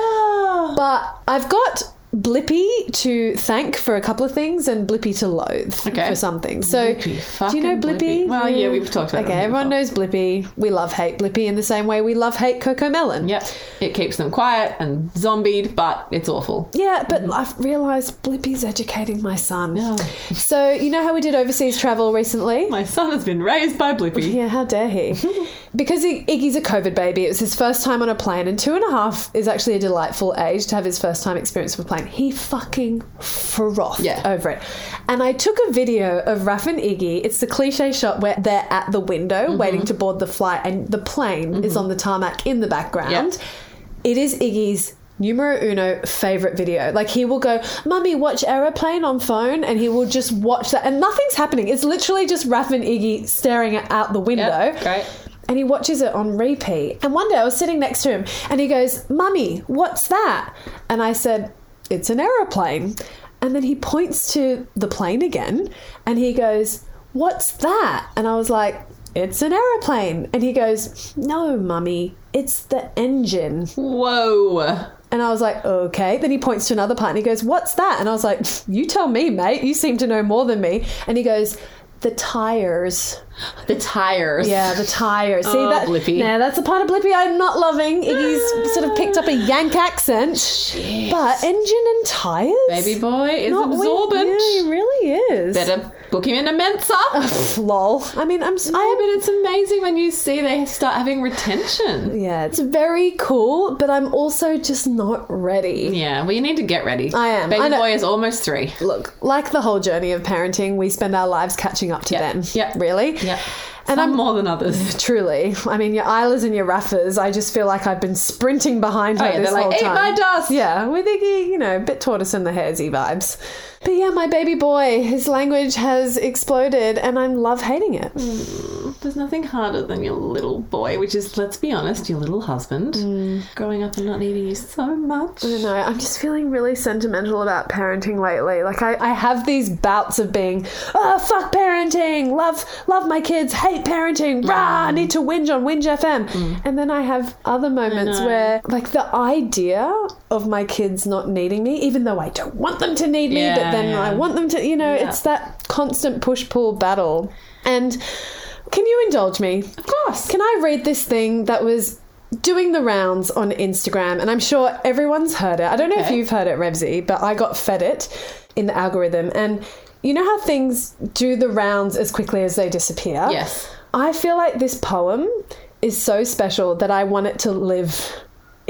B: But I've got Blippy to thank for a couple of things and Blippy to loathe
A: Okay.
B: for some things. So,
A: Blippy,
B: do you know
A: fucking
B: Blippy?
A: Blippy. Well, yeah, we've talked about it
B: Okay,
A: on here
B: everyone
A: before.
B: knows Blippy. We love hate Blippy in the same way we love hate Coco Melon.
A: Yep, it keeps them quiet and zombied, but it's awful.
B: Yeah, but
A: Mm-hmm.
B: I've realised Blippy's educating my son.
A: No.
B: So, you know how we did overseas travel recently?
A: My son has been raised by Blippi.
B: Yeah, how dare he? because I- Iggy's a COVID baby, it was his first time on a plane, and two and a half is actually a delightful age to have his first time experience of a plane. He fucking frothed
A: Yeah.
B: over it. And I took a video of Raf and Iggy. It's the cliche shot where they're at the window waiting to board the flight, and the plane is on the tarmac in the background. It is Iggy's. Numero uno favorite video. Like he will go, Mummy, watch Aeroplane on phone, and he will just watch that, and nothing's happening. It's literally just Raf and Iggy staring out the window.
A: great.
B: And he watches it on repeat. And one day I was sitting next to him and he goes, Mummy, what's that? And I said, It's an aeroplane. And then he points to the plane again and he goes, What's that? And I was like, It's an aeroplane. And he goes, No, Mummy, it's the engine.
A: Whoa.
B: And I was like, okay. Then he points to another part and he goes, what's that? And I was like, you tell me, mate. You seem to know more than me. And he goes, the tires.
A: The tires.
B: Yeah, the tires. See
A: Oh,
B: that?
A: Blippi. Ah.
B: Yeah, that's the part of Blippi I'm not loving. Iggy's sort of picked up a Yank accent. But engine and tires?
A: Baby boy is
B: Not we-
A: absorbent.
B: Yeah, he really is.
A: Better book him in a Mensa.
B: Lol. I mean, I'm. I
A: Yeah,
B: am
A: but it's amazing when you see they start having retention.
B: yeah, it's very cool, but I'm also just not ready.
A: Yeah, well, you need to get ready.
B: I am.
A: Baby
B: I know-
A: boy is almost three.
B: Look, like the whole journey of parenting, we spend our lives catching up to
A: Yeah,
B: them.
A: yeah.
B: Really?
A: Yeah.
B: And
A: And I'm
B: I'm
A: more than others.
B: Truly. I mean, your Islas and your Raffas, I just feel like I've been sprinting behind her
A: Oh, yeah,
B: this
A: they're like,
B: whole
A: "Eat
B: time.
A: my dust!"
B: Yeah, with Iggy, you know, bit tortoise and the hairsy vibes. But yeah, my baby boy, his language has exploded and I'm love hating it.
A: There's nothing harder than your little boy, which is, let's be honest, your little husband
B: Mm.
A: growing up and not needing you so much.
B: I don't know. I'm just feeling really sentimental about parenting lately. Like I, I have these bouts of being, oh fuck parenting, love love my kids, hate parenting, rah, I
A: Mm.
B: need to whinge on Whinge FM. And then I have other moments
A: know.
B: where like the idea of my kids not needing me, even though I don't want them to need me, but
A: Yeah,
B: then
A: yeah.
B: I want them to you know, it's that constant push pull battle. And can you indulge me?
A: Of course.
B: Can I read this thing that was doing the rounds on Instagram? And I'm sure everyone's heard it. I don't know if
A: Okay.
B: you've heard it, Revsy, but I got fed it in the algorithm. And you know how things do the rounds as quickly as they disappear?
A: Yes.
B: I feel like this poem is so special that I want it to live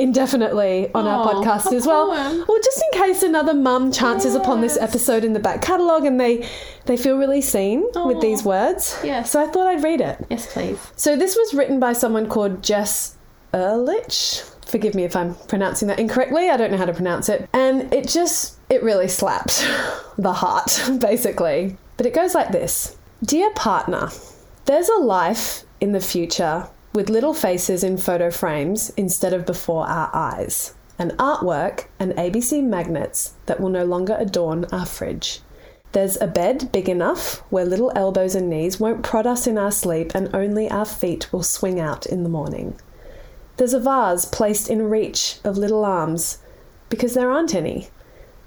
B: indefinitely on
A: Aw,
B: our podcast
A: a
B: as well.
A: poem.
B: Well, just in case another mum chances upon this episode in the back catalogue and they they feel really seen with
A: Aw.
B: these words.
A: Yes.
B: So I thought I'd read it.
A: Yes, please.
B: So this was written by someone called Jess Ehrlich. Forgive me if I'm pronouncing that incorrectly. I don't know how to pronounce it. And it just, it really slapped the heart, basically. But it goes like this Dear partner, there's a life in the future with little faces in photo frames instead of before our eyes, an artwork and ABC magnets that will no longer adorn our fridge. There's a bed big enough where little elbows and knees won't prod us in our sleep and only our feet will swing out in the morning. There's a vase placed in reach of little arms because there aren't any,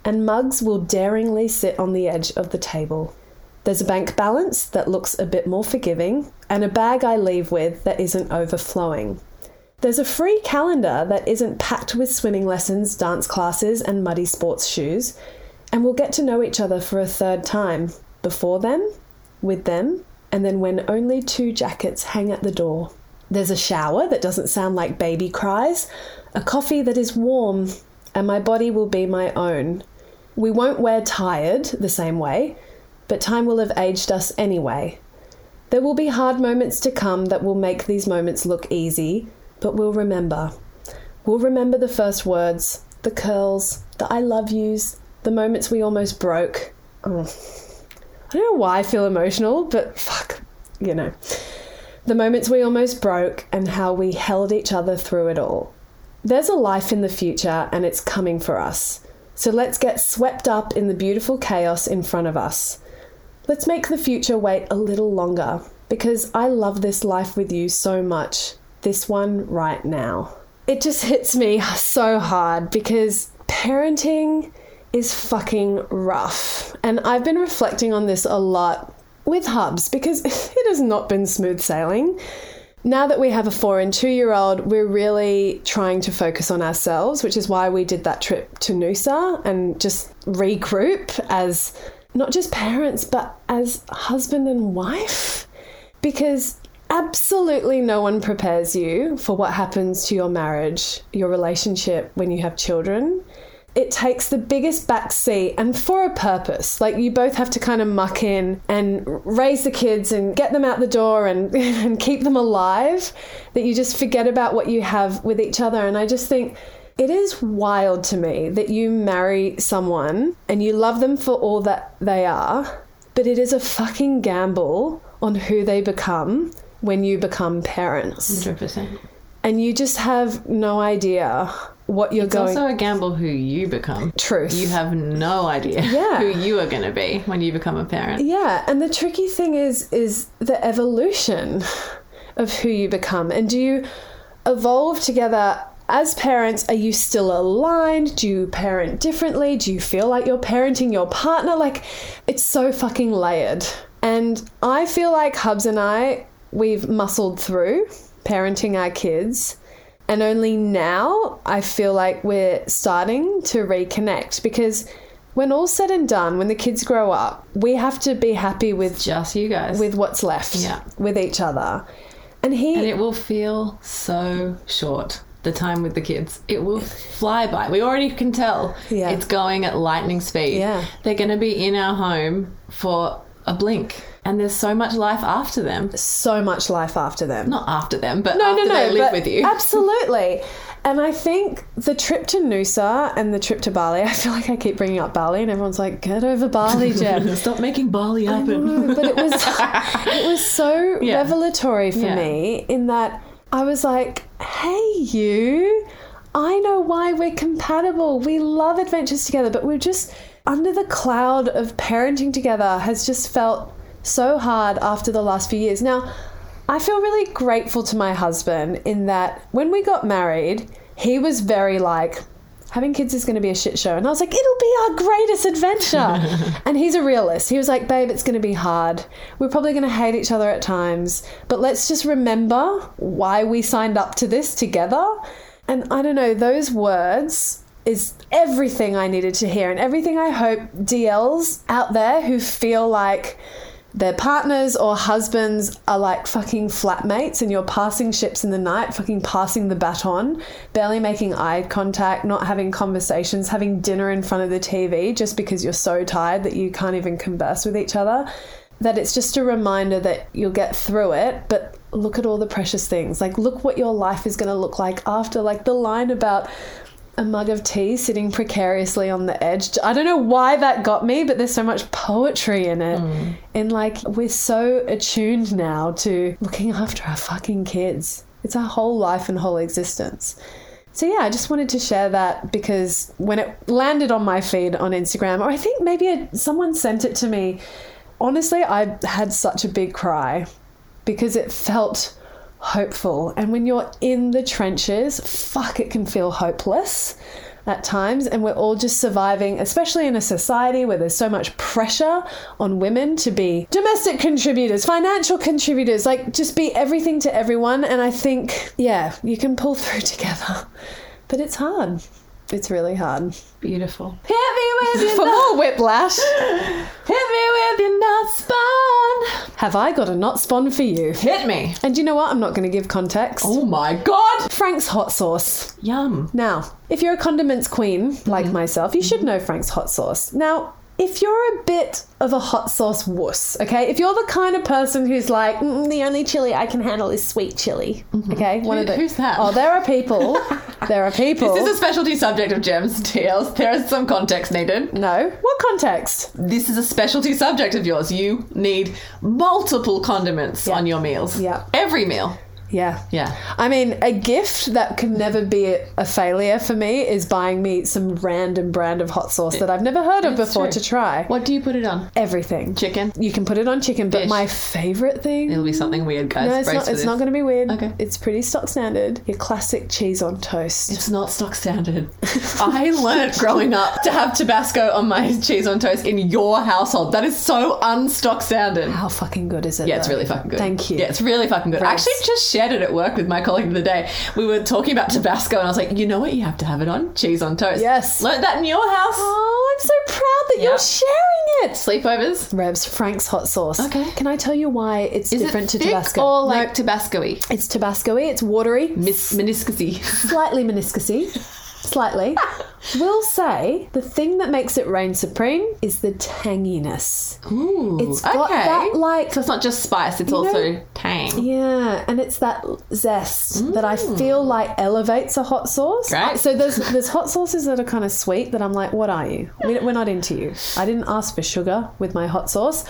B: and mugs will daringly sit on the edge of the table. There's a bank balance that looks a bit more forgiving, and a bag I leave with that isn't overflowing. There's a free calendar that isn't packed with swimming lessons, dance classes, and muddy sports shoes, and we'll get to know each other for a third time before them, with them, and then when only two jackets hang at the door. There's a shower that doesn't sound like baby cries, a coffee that is warm, and my body will be my own. We won't wear tired the same way, but time will have aged us anyway. There will be hard moments to come that will make these moments look easy, but we'll remember. We'll remember the first words, the curls, the I love yous, the moments we almost broke. Oh. I don't know why I feel emotional, but fuck, you know. The moments we almost broke and how we held each other through it all. There's a life in the future and it's coming for us. So let's get swept up in the beautiful chaos in front of us. Let's make the future wait a little longer because I love this life with you so much. This one right now. It just hits me so hard because parenting is fucking rough. And I've been reflecting on this a lot with hubs because it has not been smooth sailing. Now that we have a four and two year old, we're really trying to focus on ourselves, which is why we did that trip to Noosa and just regroup as not just parents, but as husband and wife. Because absolutely no one prepares you for what happens to your marriage, your relationship when you have children. It takes the biggest backseat and for a purpose. Like you both have to kind of muck in and raise the kids and get them out the door and, and keep them alive, that you just forget about what you have with each other. And I just think it is wild to me that you marry someone and you love them for all that they are, but it is a fucking gamble on who they become when you become parents.
A: 100%.
B: And you just have no idea what you're
A: It's
B: going
A: also a gamble who you become.
B: Truth.
A: You have no idea
B: Yeah.
A: who you are going to be when you become a parent.
B: Yeah, and the tricky thing is is the evolution of who you become. And do you evolve together as parents? Are you still aligned? Do you parent differently? Do you feel like you're parenting your partner? Like it's so fucking layered. And I feel like Hubs and I we've muscled through parenting our kids. And only now I feel like we're starting to reconnect because when all said and done, when the kids grow up, we have to be happy with
A: Just you guys.
B: with what's left
A: Yeah.
B: with each other. And he
A: and it will feel so short. The time with the kids, it will fly by. We already can tell
B: Yeah.
A: it's going at lightning speed.
B: Yeah.
A: They're going to be in our home for a blink, and there's so much life after them.
B: so much life after them.
A: Not after them, but after they live
B: but
A: with you.
B: Absolutely. And I think the trip to Noosa and the trip to Bali, I feel like I keep bringing up Bali and everyone's like, get over Bali, Jen.
A: Stop making Bali happen.
B: No, but it was it was so
A: Yeah.
B: revelatory for
A: Yeah.
B: me in that I was like, "Hey, you! I know why we're compatible. We love adventures together, but we're just under the cloud of parenting together has just felt so hard after the last few years. Now, I feel really grateful to my husband in that when we got married, he was very like, having kids is going to be a shit show. And I was like, it'll be our greatest adventure. and he's a realist. He was like, babe, it's going to be hard. We're probably going to hate each other at times, but let's just remember why we signed up to this together. And I don't know, those words is everything I needed to hear and everything I hope DLs out there who feel like their partners or husbands are like fucking flatmates and you're passing ships in the night, fucking passing the baton, barely making eye contact, not having conversations, having dinner in front of the TV just because you're so tired that you can't even converse with each other. That it's just a reminder that you'll get through it, but look at all the precious things. Like, look what your life is going to look like after. Like, the line about a mug of tea sitting precariously on the edge. I don't know why that got me, but there's so much poetry in it. And like, we're so attuned now to looking after our fucking kids. It's our whole life and whole existence. So yeah, I just wanted to share that because when it landed on my feed on Instagram, or I think maybe it, someone sent it to me, honestly, I had such a big cry because it felt hopeful. And when you're in the trenches, fuck, it can feel hopeless. at times, and we're all just surviving, especially in a society where there's so much pressure on women to be domestic contributors, financial contributors, like just be everything to everyone. And I think, yeah, you can pull through together, but it's hard. It's really hard.
A: Beautiful.
B: Hit me with your For more whiplash.
A: Hit me with your nut spawn.
B: Have I got a not spawn for you?
A: Hit me.
B: And you know what? I'm not going to give context.
A: Oh my god.
B: Frank's hot sauce.
A: Yum.
B: Now, if you're a condiments queen
A: Mm-hmm.
B: like myself, you should know Frank's hot sauce. Now, if you're a bit of a hot sauce wuss, okay, if you're the kind of person who's like, mm, the only chili I can handle is sweet chili, okay, one of the,
A: Mm-hmm. who's that?
B: Oh, there are people. there are people.
A: This is a specialty subject of Gems Tales. There is some context needed.
B: no, what context?
A: This is a specialty subject of yours. You need multiple condiments on your meals.
B: Yeah.
A: Every meal.
B: Yeah.
A: Yeah.
B: I mean, a gift that can never be a failure for me is buying me some random brand of hot sauce that I've never heard of
A: It's
B: before
A: true.
B: to try.
A: What do you put it on?
B: Everything.
A: Chicken.
B: You can put it on chicken, but
A: Fish.
B: my favorite thing.
A: It'll be something weird, guys.
B: No, it's
A: Brace
B: not.
A: for
B: It's
A: this.
B: not going to be weird.
A: Okay.
B: It's pretty stock standard. Your classic cheese on toast.
A: It's not stock standard. I learnt growing up to have Tabasco on my cheese on toast in your household. That is so unstock standard.
B: How fucking good is it?
A: Yeah, it's
B: though?
A: really fucking good.
B: Thank you.
A: Yeah, it's really fucking good. I
B: Thanks.
A: actually just shared it at work with my colleague the other day. We were talking about Tabasco, and I was like, you know what you have to have it on? Cheese on toast.
B: Yes.
A: Learned that in your house.
B: Oh, I'm so proud that
A: Yeah.
B: you're sharing it.
A: Sleepovers.
B: Rebs Frank's hot sauce.
A: Okay.
B: Can I tell you why it's
A: Is
B: different
A: it
B: to
A: thick
B: Tabasco?
A: or
B: No,
A: like Tabasco-y?
B: it's Tabasco-y. It's watery.
A: Mis- meniscusy.
B: slightly meniscusy, slightly. Will say the thing that makes it reign supreme is the tanginess.
A: Ooh,
B: It's got that like
A: so it's not just spice, it's
B: You know-
A: also tang.
B: yeah, and it's that zest that I feel
A: Mm.
B: like elevates a hot sauce.
A: Great.
B: So there's there's hot sauces that are kind of sweet that I'm like, what are you? We- We're not into you. I didn't ask for sugar with my hot sauce,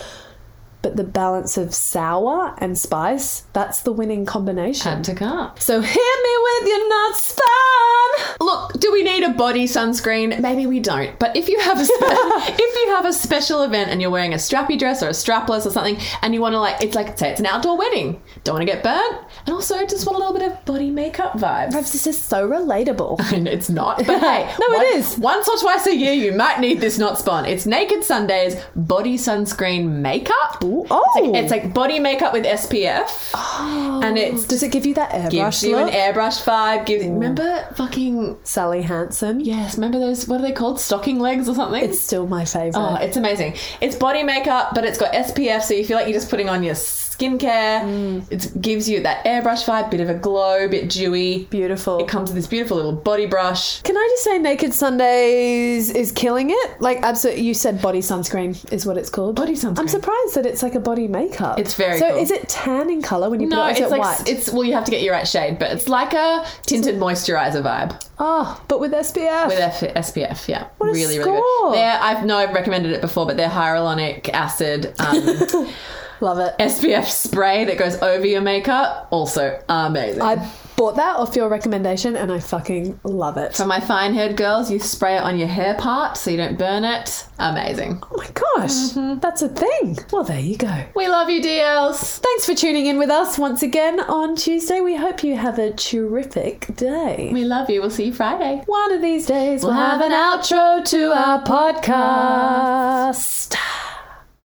B: but the balance of sour and spice that's the winning combination.
A: Antica.
B: So hit me with your nuts, spam.
A: Um, Look, do we need a body sunscreen? Maybe we don't. But if you have a spe- if you have a special event and you're wearing a strappy dress or a strapless or something, and you want to like, it's like say it's an outdoor wedding, don't want to get burnt, and also just want a little bit of body makeup vibes.
B: This is so relatable.
A: And it's not, but hey,
B: No, it
A: once-
B: is.
A: Once or twice a year, you might need this not spawn. It's Naked Sundays body sunscreen makeup.
B: oh.
A: it's like, it's like body makeup with SPF, and it's
B: Does it give you that airbrush
A: gives you an
B: look?
A: airbrush vibe. Gives remember fucking
B: Sally Hansen.
A: Yes, remember those? What are they called? Stocking legs or something?
B: It's uh, still my favorite.
A: oh, it's amazing. It's body makeup, but it's got SPF, so you feel like you're just putting on your skincare.
B: Mm.
A: It gives you that airbrush vibe, bit of a glow, bit dewy.
B: Beautiful.
A: It comes with this beautiful little body brush.
B: Can I just say Naked Sundays is killing it? Like, absolutely. You said body sunscreen is what it's called.
A: Body sunscreen.
B: I'm surprised that it's like a body makeup.
A: It's very
B: So
A: cool.
B: is it tan in color when you
A: No,
B: put it
A: it's
B: on?
A: like
B: white?
A: it's well, you have to get your right shade, but it's like a tinted moisturizer vibe
B: oh, but with SPF.
A: with F- SPF. Yeah,
B: a
A: really, really
B: score.
A: good. They're, I've no, I've recommended it before, but they're hyaluronic acid. Um,
B: Love it.
A: SPF spray that goes over your makeup, also amazing.
B: I bought that off your recommendation and I fucking love it.
A: For my fine haired girls, you spray it on your hair part so you don't burn it. Amazing.
B: Oh my gosh,
A: Mm-hmm.
B: that's a thing. Well, there you go.
A: We love you, DLs.
B: Thanks for tuning in with us once again on Tuesday. We hope you have a terrific day.
A: We love you. We'll see you Friday.
B: One of these days, we'll have an outro to our podcast.